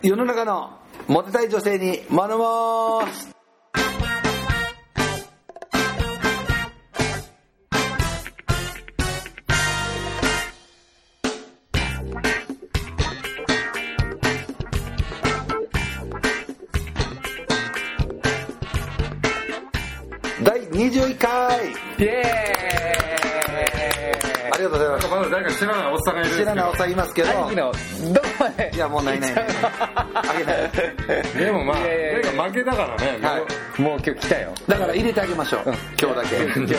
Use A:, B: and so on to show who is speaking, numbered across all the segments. A: 世の中のモテたい女性に学ぼう第21回
B: イエーイ
A: ありがとうござい
B: な
A: ま
B: ん
A: す
B: かまだ誰か知らないおっさんがいるんです
A: 知
B: けど
A: らないおっさんいますけど
B: 兄貴のどこまで
A: いやもうないないないあげない
B: でもまあ
A: いやいやいや
B: 誰か負けたからね、
A: は
C: もう今日来たよ。
A: だから入れてあげましょう今日だけ
C: 今日、今日来た。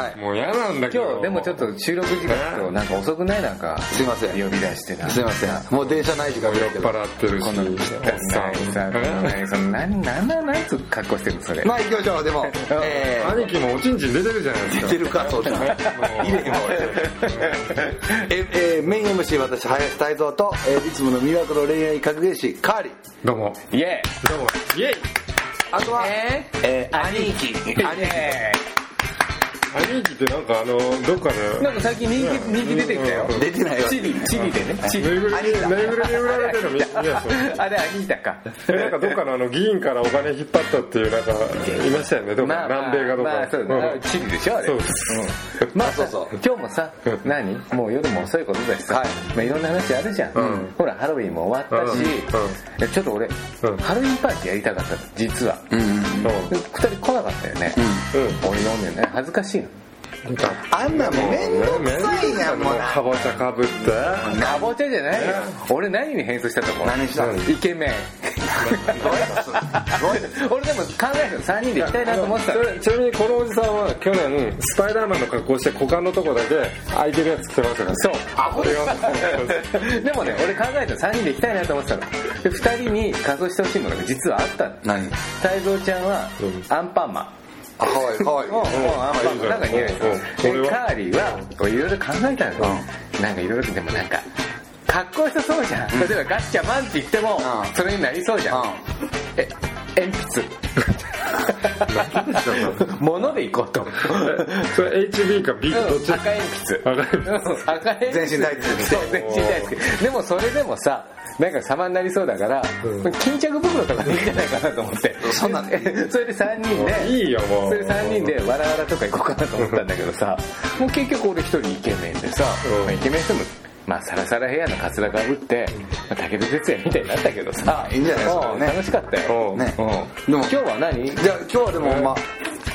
A: はい
B: もうもう嫌なんだけど
C: 今日、でもちょっと収録時間となんか遅くないなんか。
A: すいません
C: 呼び出してな。
A: すいませんもう電車ない時間見ようけ
B: 酔っ
A: ど
B: 払ってるし
C: この、
B: おっさん
C: さ、この何、その、なん、なん、なん、なんつう格好してるのそれ。
A: まあ行きましょうでもえー
B: 兄貴もおちんちん出てるじゃないです
A: 出
B: か
A: てるかそうだ 入れへんわ俺え、えー、メイン MC 私林泰造と、えーいつもの魅惑の恋愛格言師カーリー
B: どうも
C: イエ
B: どうもイエイ
A: あとは
C: え
A: えー
C: ーイ兄貴
A: 兄貴
B: 兄貴ってなんかあのどっかで
C: なんか最近人気、人気出てきたよ。
A: 出てないわ
C: チリ、チリでね。チ
B: ぬい
C: リ。
B: ぐるみ
A: 兄貴だ
B: ぬいぐるみ売られてるみたいな
C: あれ、兄貴だか。
B: なんかどっかのあの議員からお金引っ張ったっていうなんかいましたよねどっか南米がどっ
C: まあ、
B: か
C: そう
B: うん
C: だね。チリでしょ、あれ。
B: そううんです
C: まあ
A: あそうそう
C: 今日もさ
B: うん
C: 何もう夜も遅いことだしさ、
A: はい
C: まあ、いろんな話あるじゃん、
B: うん
C: ほらハロウィンも終わったし、
B: うんうん
C: いやちょっと俺、
B: うん
C: ハロウィンパーティーやりたかったの実は、
A: うんうん
B: うん
C: で2人来なかったよね、
B: う
C: 俺飲んでね恥ずかしいの
B: んなんか
A: あんなもうめんどくさいやんもうな
B: かぼちゃかぶって
C: かぼちゃじゃないよ俺何に変装したと思う
A: 何したの
C: イケメン
A: すごいです
C: 俺でも考えるの3人で行きたいなと思ってたの
B: それちなみにこのおじさんは去年スパイダーマンの格好して股間のとこだけ空いてるやつ着てましたから
C: そう
B: あこれは
C: でもね俺考えたの3人で行きたいなと思ってたので2人に仮装してほしいものが実はあったの
A: 何
C: 太蔵ちゃんは
B: うん
C: アンパンマン
A: あかわいいかわいい
C: もう、もう、あんまり、なんか匂い
B: うんうん
C: する。
B: うん
C: で、カーリーは、いろいろ考えたのよ。なんかいろいろでもなんか、かっこよさそうじゃん。例えばガッチャマンって言っても
A: うん、
C: それになりそうじゃん。え、鉛筆。 物でいこうと。
B: それ HB か B かどっち
C: 赤鉛筆。
B: 赤鉛筆
C: うん赤鉛筆。
A: 全身タイツで来て
C: そう、全身大好き。でもそれでもさ、なんか様になりそうだから、巾着袋とかでいいんじゃないかなと思って。
A: そんなん
C: それで3人で、
B: いいよもう
C: それ3人でわらわらとか行こうかなと思ったんだけどさもう結局俺一人イケメンでさ、
B: う
C: ま
B: ん
C: あイケメンでもまあサラサラヘアのカツラかぶって、まあ、武田鉄矢みたいになったけどさ
A: いいんじゃないですか
C: うん
A: ね
C: 楽しかったよ、
B: うん
A: ね
C: うん
A: でも
C: 今日は何
A: じゃあ今日はでもま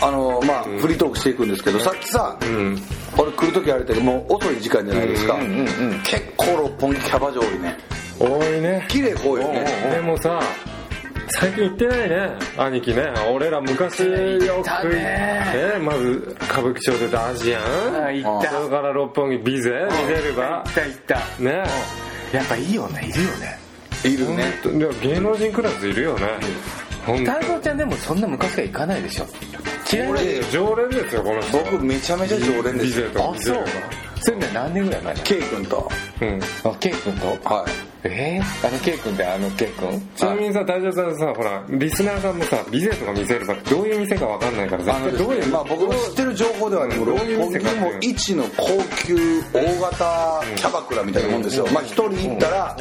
A: ああのまあフリートークしていくんですけどさっきさ
B: うん
A: 俺来る時あれってもう遅い時間じゃないですか
C: うんうんうん
A: 結構六本木キャバ嬢多いね
B: 多いね
A: 綺麗多いよね
B: でもさ最近行ってないね兄貴ね俺ら昔よ
C: 行った
B: く
C: ね
B: ねまず歌舞伎町出たアジア
C: あ
B: ン
C: 行った
B: それから六本木ビゼビゼルバ
C: 行った行った
B: ね
C: やっぱいい女いるよね
A: いる
B: 本当に芸能人クラスいるよね本
C: 太蔵ちゃんでもそんな昔から行かないでしょ嫌いな
A: 俺
B: 当常連ですよこの人
A: 僕めちゃめちゃ常連で
B: ビ
A: すよ
B: ゼと
C: あ
B: ビゼ
C: そ
B: ル
C: うそれね何年ぐらい前だ
A: K 君と
B: バうん
C: あケイ君と
A: は
C: えー、あのケイ君ってあのケイ君
B: ちなみにさ大丈夫さんさほらリスナーさんもさビゼとか見せるばどういう店かわかんないから
A: あ
B: さ
A: のです
B: どうい
A: ね
B: う
A: まあ僕の知ってる情報ではねもう
B: どう
A: 六
B: いう
A: 本
B: 店
A: 木
B: かっていう
A: も一の高級大型キャバクラみたいなもんですよまあ一人行ったら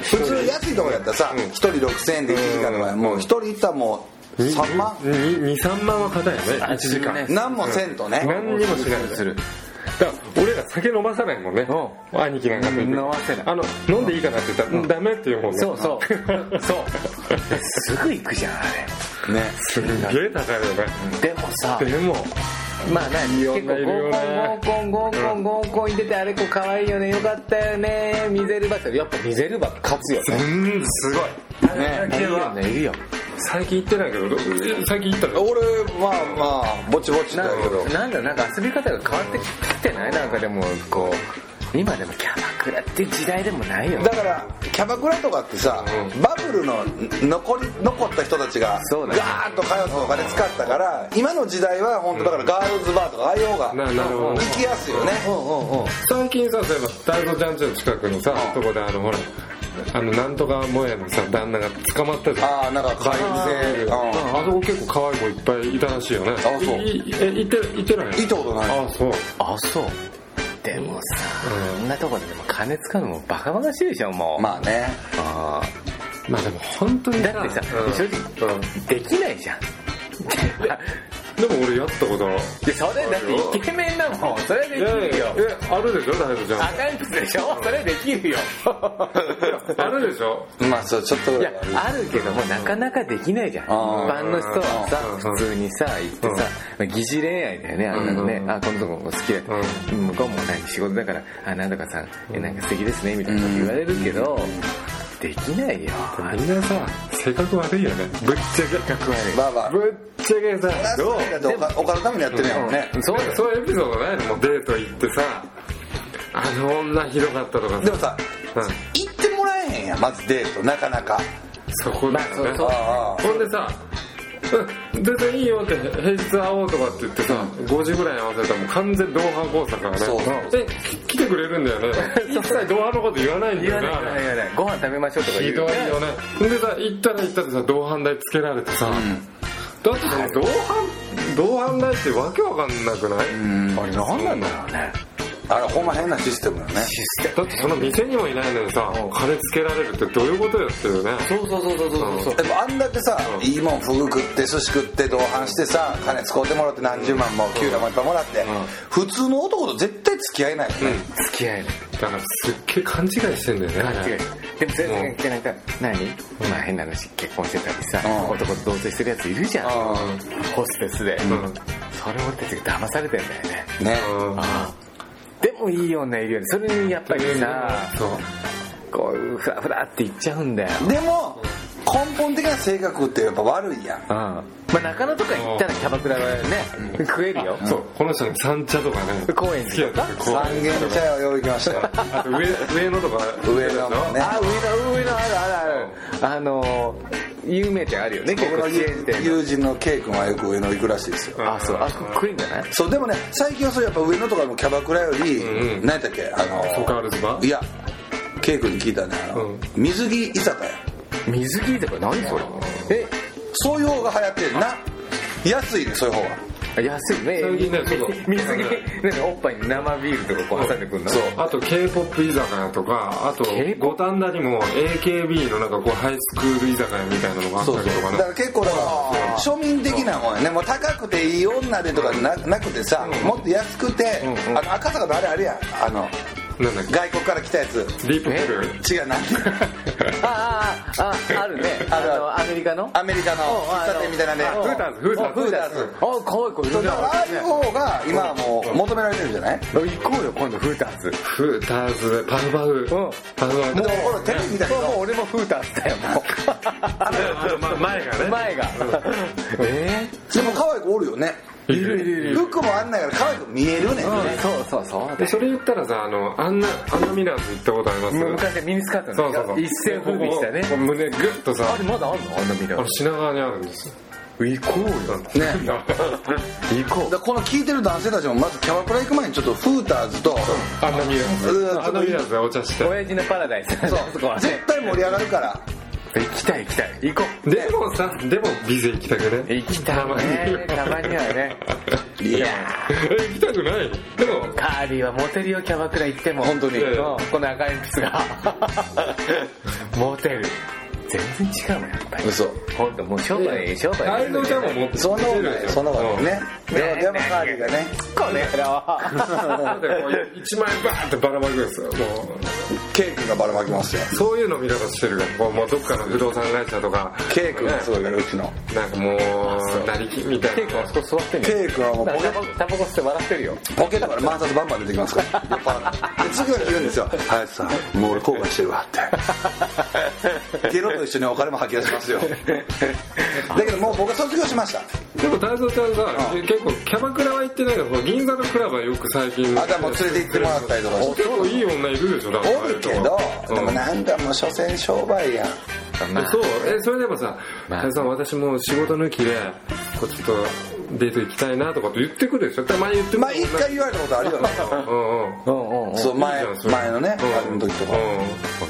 A: 普通安いとこやったらさ
B: うん
A: 一人6000円で1時間とかやもう一人行ったらもう3万
B: 23万は硬いよね1時間
C: ね
A: 何もせんとね
B: 何にもしないです
C: る
B: だから俺ら酒飲まさないもんね
C: う
B: 兄貴なんかといて
C: 飲ませない
B: あの飲んでいいかなって言ったらうん「ダメ」って言うもんね
C: そうそう。そう。すぐ行くじゃん、あ
A: ね
B: すんげえ高いよね
C: れ。でもさ、
B: でも
C: まあな、
B: い
C: 結
B: い
C: 構
B: 女いるよね
C: 合コン、合コン、合コン、合コンに出て、あれ子可愛いよね、よかったよね、ミゼルバって、やっぱミゼルバ勝つよね。
B: うんすごい
A: ね
C: いるよね、いるよ。
B: 最近行ってないけどど最近行ったら
A: 俺まあまあぼちぼちだ
C: な
A: けど
C: なんだ、なんか遊び方が変わってきてないなんかでも、こう、今でもキャバクラって時代でもないよね
A: だ。からキャバクラとかってさ、
B: う
A: バブルの残り残った人たちが
C: そう
A: ガ
C: だね
A: ーッと通ってお金使ったから今の時代は本当だからガールズバーとかああいう方が
B: ななるほど
A: 行
B: ね
A: きやすいよね
C: うんうんうん。
B: 最近さそういえば大悟ちゃんちの近くのさとこであのほらあのなんとかもやのさ旦那が捕まったじゃん
A: ああなんか改正
B: ああそこ結構可愛い子いっぱいいたらしいよねあ
A: そう
B: え行って行ってない
A: 行ったことない
B: あそう
C: あ、そう。でもさ、
B: うん
C: こんなとこででも金使うのもバカバカしいでしょ、もう。
A: まあね
C: あ
B: まあでも本当に
C: だってさ、正直、できないじゃん。
B: でも俺やったことない
C: でそれだってイケメンだもん。それできるよ。
B: えあるでしょ大丈夫ちゃん
C: 赤い靴でしょそれできるよ。
B: あるでしょ
A: まあそうちょっと
C: いや、あるけども、なかなかできないじゃん。一
A: あー
C: 般の人はさ、
B: うん
C: 普通にさ、行ってさ、まあ疑似恋愛だよね、あんなのね
B: う。ん
C: あ、このとこ好きだ。向こうもなんか仕事だから、あ、なんとかさん、えなんか素敵ですね、みたいなこと言われるけど、できないよ。あ
B: みんなさ性格悪いよねぶっちゃけ
C: 格悪い
A: まあまあ
B: ぶっちゃけさどう
A: どうお金のためにやってるやんね
B: そうそういうエピソードないのもうデート行ってさあの女ひどかったとか
A: で
B: さ
A: もさ
B: うん
A: 行ってもらえへんやんまずデートなかなか
B: そこだよね
A: ああ
B: ほんでさ うん全然いいよって平日会おうとかって言ってさ5時ぐらいに合わせたらもう完全同伴工作からね
A: そう
B: でき来てくれるんだよ ね一切同伴のこと言わないんだ
C: 言わ
B: よ
C: ない言わな
B: な
C: い言わない。ご飯食べましょうとか
B: ひ
C: 言う
B: どいよねでさ行ったら行ったらさ同伴代つけられてさ、だってさ同伴同伴代ってわけわかんなくない、
C: あれ何なんだろうね。
A: あれほんま変なシステムよね
B: だってその店にもいないのにさ金つけられるってどういうことやってるね
C: そうそうそうそうそうそう。
A: でもあんだけさいいもんフグ食って寿司食って同伴してさ金使うてもらって何十万も給料もいっぱいもらって普通の男と絶対付き合えないよね
C: 付き合えない。
B: だからすっげえ勘違いしてんだよね
C: 間違いでもそれ
B: う
C: なんか、なんか、何まあ変な話、結婚してたりさ
A: うん、
C: 男と同棲してるやついるじゃん。ホステスで。
B: ん
C: それ俺たちが騙されてんだよね。
A: ね
B: うん
C: でもいい女いるよね。それにやっぱりさ、
B: そう
C: こう、ふらふらっていっちゃうんだよ。
A: でも根本的な性格ってやっぱ悪いやん
C: うん。まあ中野とか行ったらキャバクラはね、食えるよ。
B: そうこの人の三茶とかね
C: 高円
B: 好き
C: 寺
B: や
C: と
B: った
C: か。
B: こ
A: 三軒茶屋を用意きましたよ
B: うあと上上野とか
A: 上野もね
C: あ、上の、上の、あるあるある。あのー、有名店あるよね、結
A: 僕
C: 構
A: の
C: チェーン店の。
A: 友人の K 君はよく上野行くらしいですよ
C: あ、そう。あそこ食えんじゃない
A: そうでもね最近はそうやっぱ上野とかのキャバクラより、
B: うんうん
A: 何やったっけあの
B: ソカールズバ
A: いや K 君に聞いたねあの、
B: うん
A: 水着居酒屋
C: 水着とか何それえ
A: そういう方が流行ってるな安いねそういう方が
C: 安いね
B: そういうね
C: 水
B: そう
C: 着水着なんかおっぱいに生ビールとかこう挟んでくんの
A: そう
B: あと K-POP 居酒屋とか、あと
C: K-POP
B: 五反田にも AKB のなんかこうハイスクール居酒屋みたいなのがあった
A: そう
B: り
A: そう
B: とか
A: だ
B: ね
A: か。ら結構だから庶民的なもんやねもう高くていい女でとかななくてさ、もっと安くて、
B: うんうん
A: あの赤坂のあれあれやあの
B: なんだっ
A: 外国から来たやつ
B: けディープペル
A: 違うなんて
C: あああああるね
A: あ
C: あ
A: るある
C: のアメリカの
A: アメリカの
C: おあ
A: 喫
C: の
A: 茶店みたいなね
C: お
B: フーターズフーターズ
C: おフーターズあ可愛い子い
A: そ
C: る
A: う
C: じ
A: だ
C: ゃ
A: からああいう方が今はもう求められてるんじゃない
C: ん行こうよ今度フーターズ
B: フーターズ、パフパフ。
C: ん
B: パフパフ。
A: でも俺テレビ見たけど
C: もう俺もフーターズだよも
B: ま前が
C: う
B: ね。
C: 前がえ
A: でも可愛い子おるよね
B: いるいる
A: 服もあんないから可愛く見えるねん
C: ーそうそうそう
B: で、それ言ったらさ、あの、あんな、あんなミラーズ行ったことあります
C: 昔ミニスカート
B: そうそうそ
C: の
B: う。
C: 一世風靡したね
B: ここ胸グッと
C: あ
B: さ、
C: れまだあんのあんなミラ
B: あ
C: ー
B: の品川にあるんですよ。
C: 行こうよ
A: ね
C: 行こう
A: だからこの聞いてる男性たちもまずキャバクラ行く前にちょっとフーターズと
B: あんなミラー
A: う
B: ズ。
A: わ
B: あんなミラーズでお茶して。
C: 親父のパラダイス
A: そう
C: そこはね
A: 絶対盛り上がるから
C: 行きたい行きたい行こう
B: でもさ、でもビゼ行きたくね。
C: 行きたいねたまにはねいや
B: え行きたくないでも
C: カーリーはモテるよキャバクラ行っても
A: 本当に
C: うんこの赤い靴がモテる全然違うもんやっぱり
A: 嘘
C: 本当もう商売商売
B: アイドルちゃんも持って
A: そんなこと
B: 持っ
A: な
B: てる
A: い
B: よ
A: そんなことないね
C: うん
A: でもでもカーリーがね
C: これは
B: だってこう1万円バーってばらまくんですよも
A: ケイ君がばらまきますよ
B: うそういうの見方してるからこうもうどっかの不動産会社とか
A: ケイ君がすごいからうちの
B: なんかもうなりきみたい
C: ケイ君
B: な
C: はそこ座ってんの
A: ケイ君はもうポケ
C: タバコタバコ吸って笑ってるよ
A: ポケットから満札バンバン出てきますから酔っ払ってで次の日言うんですよ「林さんもう俺後悔してるわ」ってゲロと一緒にお金も吐き出しますよだけどもう僕は卒業しました
B: でも太蔵ちゃんさ結構キャバクラは行ってないけどこう銀座のクラブはよく最近
A: あだからもう連れて行ってもらったりとかして
B: 結構いい女いるでしょだから
A: おるけど
B: うん
A: でもなんかもう所詮商売やん
B: えそうえそれでもさ
C: まあ
B: 太蔵さん私もう仕事抜きでこうちょっとデート行きたいなとかって言ってくるでしょたまに言ってくる
A: まあ一回言われたことあるよね
B: うんうん
C: うんうんうん
A: そう前
B: いいじゃんそれ
A: 前のねあれの時とか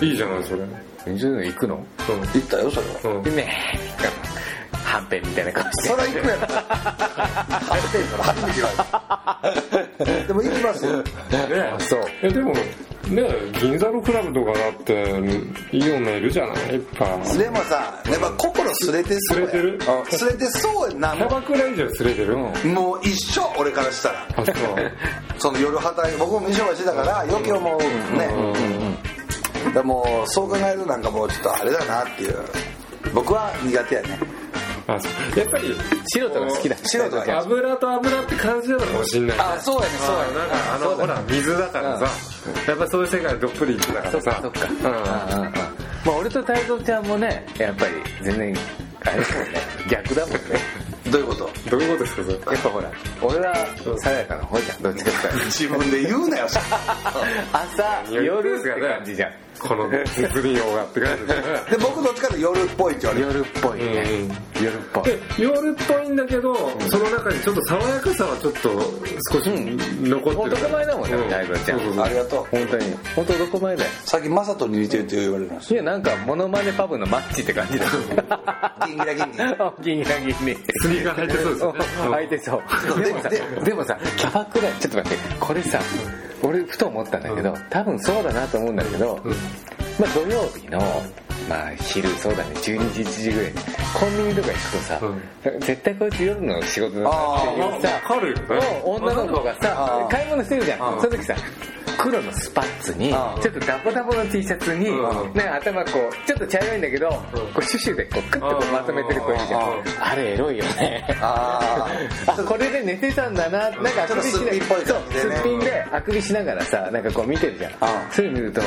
B: うん、いいじゃないそれ、うん、
C: ジュン行くの
A: 行ったよそれは
B: うん
C: ねえはんぺんみたいな顔して
A: それは行くや ろ初 めて言われたでも行きますよ
B: ね
C: そう
B: えでもね銀座のクラブとかだっていい女いるじゃないいっぱい
A: でもさやっぱ心すれてそうや
B: すれてる
A: うんすれてそうやな
B: キャ
A: も
B: バクラ以上すれてる
A: うもう一緒俺からしたら
B: あそう
A: その夜働い僕も忙しいだから余計思うねでもそう考えるとなんかもうちょっとあれだなっていう僕は苦手やね
B: あそうやっぱり
C: 素人が好きだ
A: 素人が嫌
B: 油と油って感じなのかもしんないね
A: そうやねそうや
B: なんかあのほら水だからさやっぱそういう世界どっぷり行ってたからさ
C: そっかそっ
B: うん
C: うんうんうんまあ俺と太蔵ちゃんもねやっぱり全然あれだもんね逆だもんね
A: どういうこと
B: どういうことですかそれ
C: やっぱほら俺はさやかな方じゃんどっちかっていうと
A: 自分で言うなよ
C: 朝夜って感じじゃん
B: この絶倫王がって感じだね
A: で僕どっちかって夜っぽいって言われる
C: 夜っぽいね
B: うん
C: 夜っぽい
B: で夜っぽいんだけど、その中にちょっと爽やかさはちょっと少し残ってる、
C: 男前だもんねだいぶちゃん
B: そうそうそう
A: ありがとう
C: 本当に本当男前だよ
A: さっきマサトに似てるって言われるんです
C: いやなんかモノマネパブのマッチって感じだ
A: ギンギラギンギ
C: ギンギラギンに
B: スニーカー履いてそうですよね
C: 開いてそうでもさでもさキャバクラちょっと待ってこれさ俺ふと思ったんだけど多分そうだなと思うんだけどまあ土曜日のまあ昼そうだね12時1時ぐらいにコンビニとか行くとさ絶対こいつ夜の仕事だなっていう
B: わ
C: さ
B: かるよね
C: もう女の子がさ
A: あ
C: 買い物してるじゃ
A: うんん
C: その時さ黒のスパッツに
A: うん
C: ちょっとダボダボの T シャツに
B: うん
C: ね頭こうちょっと茶色いんだけどこうシュシュでこうクッとこうまとめてる子いるじゃ
A: うん
C: んあれエロいよね
A: あ
C: あこれで寝てたんだななんかあくび
A: ち
C: しな
A: ょっとすっぴんっぽい感じで
C: そう
A: ね
C: すっぴんであくびしながらさなんかこう見てるじゃん
A: ん
C: それ見ると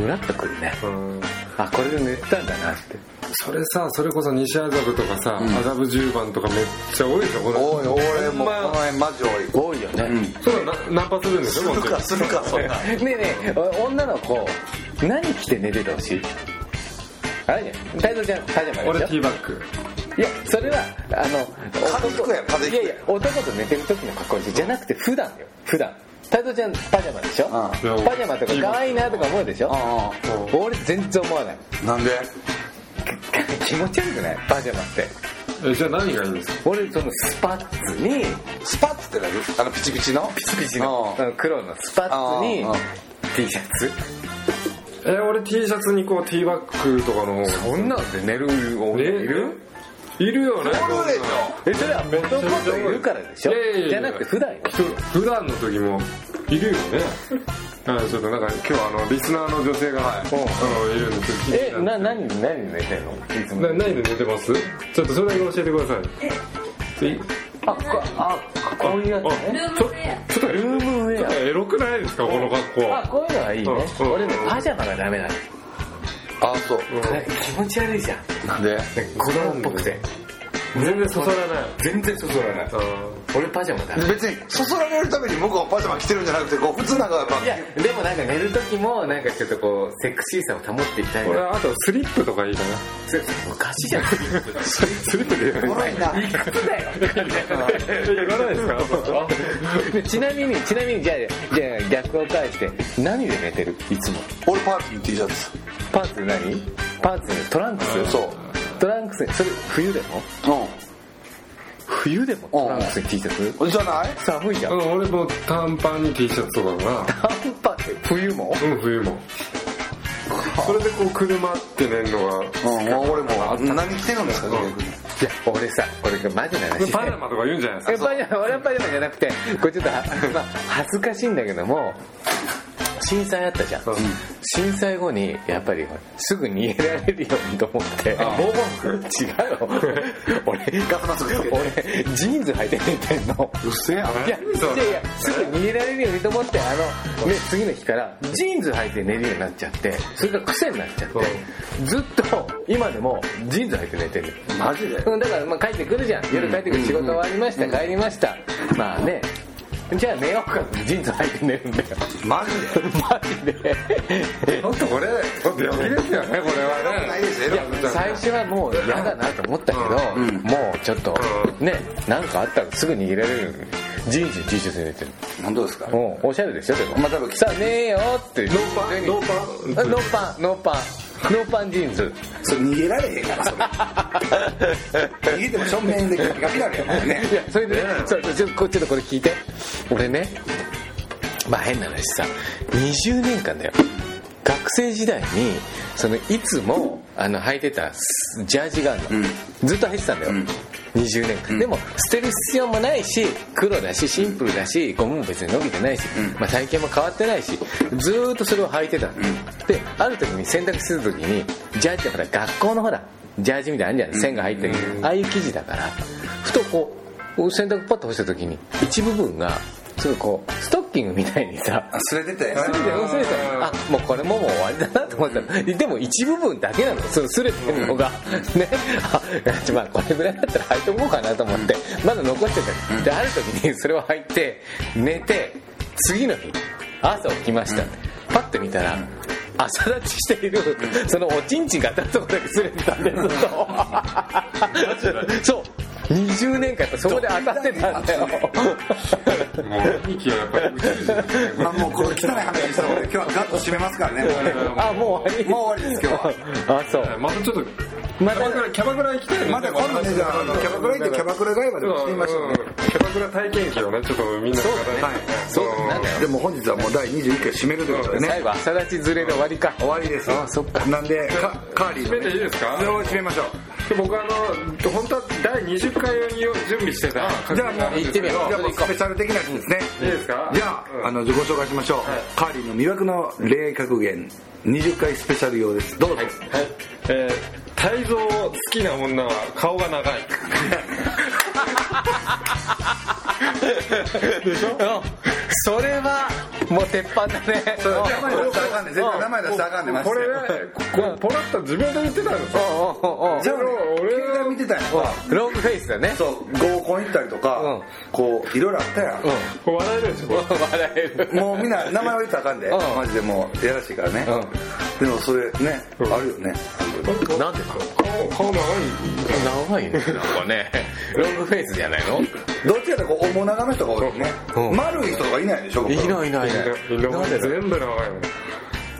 C: ムラっとくるね
B: うん
C: あこれで寝てたんだなって
B: それさそれこそ西麻布とかさ麻布十番とかめっちゃ多いでしょこ
A: あ
B: の
A: おい俺もうこの辺マジ多い
C: 多いよね
B: それはなナンパするんでし
A: す
B: ょ
A: る
B: 本当
A: か
B: に
A: するかそんな
C: ねえねえお女の子何着て寝ててほしいあれじゃん太蔵ちゃんパジャマ
B: 俺
C: で
B: テ
C: し
B: ィーバッグ
C: ょいやそれはあの
A: 風邪ひくやん風邪ひく
C: いやいや男と寝てる時の格好じゃなくて普段よ普段太蔵ちゃんパジャマでしょパジ
B: うん
C: ャマとか可愛いなとか思うでしょ
A: あ
C: 俺全然思わない
A: あなんで
C: 気持ち悪くないパジャマって
B: えじゃあ何がいいんですか
C: 俺そのスパッツに
A: スパッツって何あのピチピチの
C: ピチピチの
A: うん
C: うん黒のスパッツに
A: あああ
C: T シャツ
B: え俺 T シャツにこうティーバッグとかの
C: そんなんで寝る女
B: ね
C: いる
B: いるよね
A: おるでし
C: えそれは元々いるからでしょ
B: いやいやいや
C: じゃなくて普段よ
B: 人普段の時もいるよねあちょっとなんか今日あのリスナーの女性が、い、うんいるんです
C: え、な、何、何寝てんのいつも
B: な。何で寝てますちょっとそれだけ教えてくださいえ
C: あ、こあ、こういうやつね。
B: ちょちょっとルームウェアエロくないですかこの格好
C: あ、こういうのはいいね。
B: うんうん
C: 俺ね、パジャマがダメなの。
A: ょああそう
C: なんか気持ち悪いじゃん。
A: なんで
C: 子供っぽくて。
B: 全然そそらない
C: 全然そそらない。俺パジャマだ。
A: 別にそそられるために僕はパジャマ着てるんじゃなくてこう普通なんかやっぱ
C: いや、でもなんか寝る時も、なんかちょっとこう、セクシーさを保っていきたい
B: 俺
C: な。
B: あとスリップとかいいか
C: それおかしい じゃん。
B: なスリップ
A: お
B: で
A: もろいな
C: 靴だよ。
B: いかないですか
C: でちなみに、ちなみに、じゃあ、じゃあ逆を返して、何で寝てるいつも。
A: 俺パーツに T シャツ
C: パーツ何パーツにトランクス
A: そう
C: トランクスに、それ冬でも冬でもトランクスに T シャツ
A: うんじゃない
C: 寒いじゃん。
B: うん俺も短パンに T シャツとかだな
C: 短パン冬も
B: うん冬もそれでこう車って寝るのが
A: うん俺も何着てるんですか
B: うん
A: 逆に
C: いや、俺さ、これマジな話。
B: パジャマとか言うんじゃないですか
C: え、パジャマ、俺はパジャマじゃなくて、これちょっとは、まあ、恥ずかしいんだけども、震災あったじゃん。
B: うん
C: 震災後に、やっぱり、すぐ逃げられるようにと思って。防違
B: 防
C: うよ。俺、
A: ガスマスクつけて
C: 俺、ジーンズ履いて寝てんの。
A: うっせえや
C: いや、い
B: そう
C: やいや、すぐ逃げられるようにと思って、あの、ね、次の日から、ジーンズ履いて寝るようになっちゃって、それが癖になっちゃって、ずっと、今でも、ジーンズ履いて寝てる。
A: マジで
C: うん、だから、まあ帰ってくるじゃん。夜帰ってくる仕事終わりました、帰りました。まあね、じゃあ寝ようか、ジーンズ履いて寝るんだよ。
A: マジで
C: マジで。
B: ちょっとこれ、ちょっと病気ですよね、これはね。
A: ないです
C: い
A: よ
C: や最初はもう嫌だなと思ったけど、もうちょっと、ね、なんかあったらすぐ逃げられるように、ジーンズに T シャツで寝てる。
A: 本当ですか
C: うん、おしゃれでしょ、でも。
A: まあ多分
C: さあ、ねえよって。ノ
B: ノーパン
C: ノーパン、ノーパン。ノーパンジーンズ。
A: それ逃げられへんからそれ逃げても正面でガピガピなるよね
C: いや、それでね、そうそうちょこちょっとこれ聞いて。俺ね、まあ変な話さ20年間だよ学生時代にそのいつもあの履いてたスジャージがあるの、ずっと履いてたんだよ、
D: ん
C: 20年間、でも捨てる必要もないし黒だしシンプルだしゴムも別に伸びてないし、まあ、体型も変わってないしずーっとそれを履いてたの、である時に洗濯する時にジャージってほら学校のほらジャージみたいなのあるじゃん線が入ってる、ああいう生地だからふとこう洗濯パッと干した時に一部分がすごいこうストッキングみたいにさ
D: あすれてて
C: すれて忘れたあもうこれももう終わりだなと思ったのでも一部分だけなのそのすれてるのがねあまあこれぐらいだったら履いとこうかなと思ってまだ残ってたである時にそれを履いて寝て次の日朝起きましたパッと見たら朝立ちしているそのおちんちんが当たるところだけすれてたんですずっとそう20年間やっぱそこで当たってたんだよ
B: もう兄貴はやっぱり宇宙人だね
D: まあもうこれ汚い話したので今日はガッと締めますからねもうね
C: あもう終わり
D: もう終わりです今日は
C: あそう
B: またちょっとキ
C: ま
B: ャ
C: た
B: バクラキャバクラ行きたいね
D: まだ今度ねじゃああのキャバクラ行ってキャバクラ外話でもしてみましょうね
B: んんキャバクラ体験記をねちょっとみんなで
D: はい
B: そう
C: なんだよ
D: でも本日はもう第21回締めるということでね
C: 最後朝立ちずれの終わりか
D: 終わりです
C: あそっか
D: なんでカカーリーのね
B: 締めていいですか
D: それを締めましょう
B: で僕あの本当は第20回を準備してた
D: じゃあもう
C: 行ってみよう
D: じゃあもうスペシャル的なやつですね
B: いいですか
D: じゃああのご紹介しましょうカーリーの魅惑の恋愛格言20回スペシャル用ですどうぞ
B: はいえー泰造好きな女は顔が長い
C: それはもう鉄板だね
D: いやまあこれあかんね絶対名前出したらあかんねマジ
B: こ
D: で
B: れねこれポロッと自分で言ってたのさ
C: うんうんうんうん
D: じゃあ俺
B: 俺
D: 携帯見てたやんか
C: ロングフェイスだね
D: そう合コン行ったりと
C: うん
D: かこういろいろあったやん
B: 笑えるでしょ
C: 笑える
D: もうみんな名前を言ったらあかんで
C: うん
D: マジでもうやらしいからねでもそれねあるよね
C: なんでか
B: 顔顔長い
C: 長いねなんかねロングフェイスじゃないの
D: どっちかってこう面長の人が多いよね
C: うん
D: 丸い人がいないでしょ僕
C: いないいないいない
B: みんな
C: なんでだよ
B: 全部長いの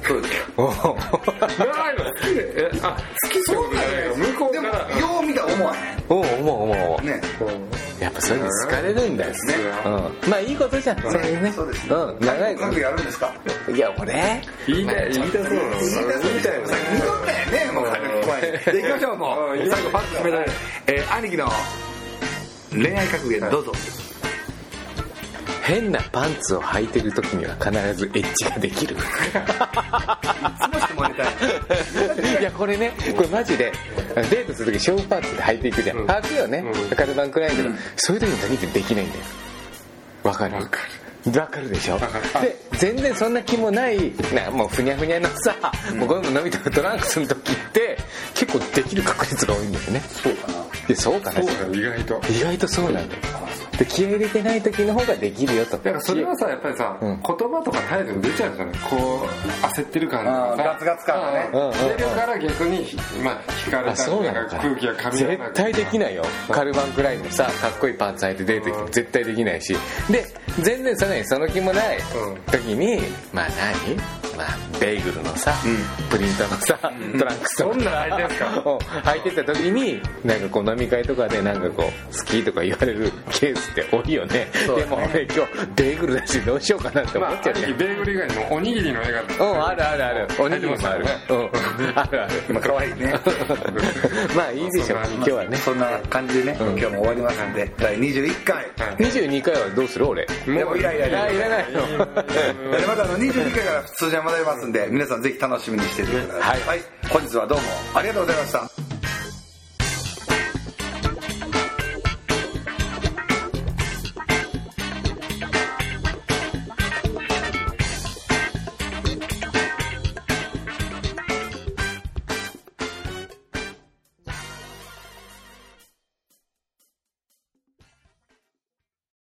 D: そうですよ
C: うん
B: 長いの好きでえあ好きってことじゃないよ向こう
D: で
B: か
D: も
B: ら
D: よう見たら思わへ
C: おう思う思
D: ん
C: う
D: ね
C: やっぱそういうの好かれるんだよねうんまあいいことじゃんそういうね
D: そうです
C: うん長い
D: 格言あるんですか
C: いや俺
B: 言いたい言いたそうなの言いたい
D: 言いたいさっき見とったよねもう前にで行きましょうも
B: うん
D: う最後パッと決めたいえー兄貴の恋愛格言どうぞ
C: 変なパンツを履いてる時には必ずエッチができる
D: もしもらいたい
C: いやこれねこれマジでデートする時ショーパンツで履いていくじゃん、
B: うん
C: 履くよね、
B: うん
C: カルバンクラインとか、そういう時に限ってできないんだよわかるわかるでしょで全然そんな気もないなもうふにゃふにゃのさ、もうゴムのびたトランクスの時って結構できる確率が多いんだよね
D: そうかない
C: やそうかな
B: そうだよ意外と
C: 意外とそうなんだよで気合い入れてない時の方ができるよと
B: だからそれはさやっぱりさ、
C: うん
B: 言葉とか態度に出ちゃうじゃないこう焦ってる感じ
D: あーガツガツ感がね
C: うんうんうん
B: 出るから逆に、まあ、引かれ
C: あ
B: た
C: そう
B: り
C: な
B: なん
C: の
B: か
C: か
B: 空気が噛み合わな
C: 絶
B: く
C: 対でき
B: ない
C: ないよカルバンクラインのさかっこいいパンツ履いて出てきて
B: うん
C: 絶対できないしで全然それその気もない
B: うん
C: 時にまあ何まあベーグルのさ、プリントのさトランクスと
B: ど
C: か
B: んな相手ですか
C: うん履いてた時になんかこう飲み会とかでなんかこう好きとか言われるケースって多いよねでも俺今日ベーグルだしどうしようかなって
B: ま
C: 思っ
B: あ
C: ちゃ
B: 兄
C: うね、
B: 貴ベーグル以外にもおにぎりの絵が
C: うんあるあるあるおにぎりもある、うんあるある
D: 今可愛いね
C: まあいいでしょ今日はね
D: そんな感じでね、今日も終わりますんで、第21回。
C: 22回はどうする俺
D: でもいやいやいや
C: あいらないよ
D: まだあの22回から普通に戻りますんで、皆さんぜひ楽しみにしていてくださ
C: は
D: い。
C: い
D: はい。本日はどうもありがとうございました。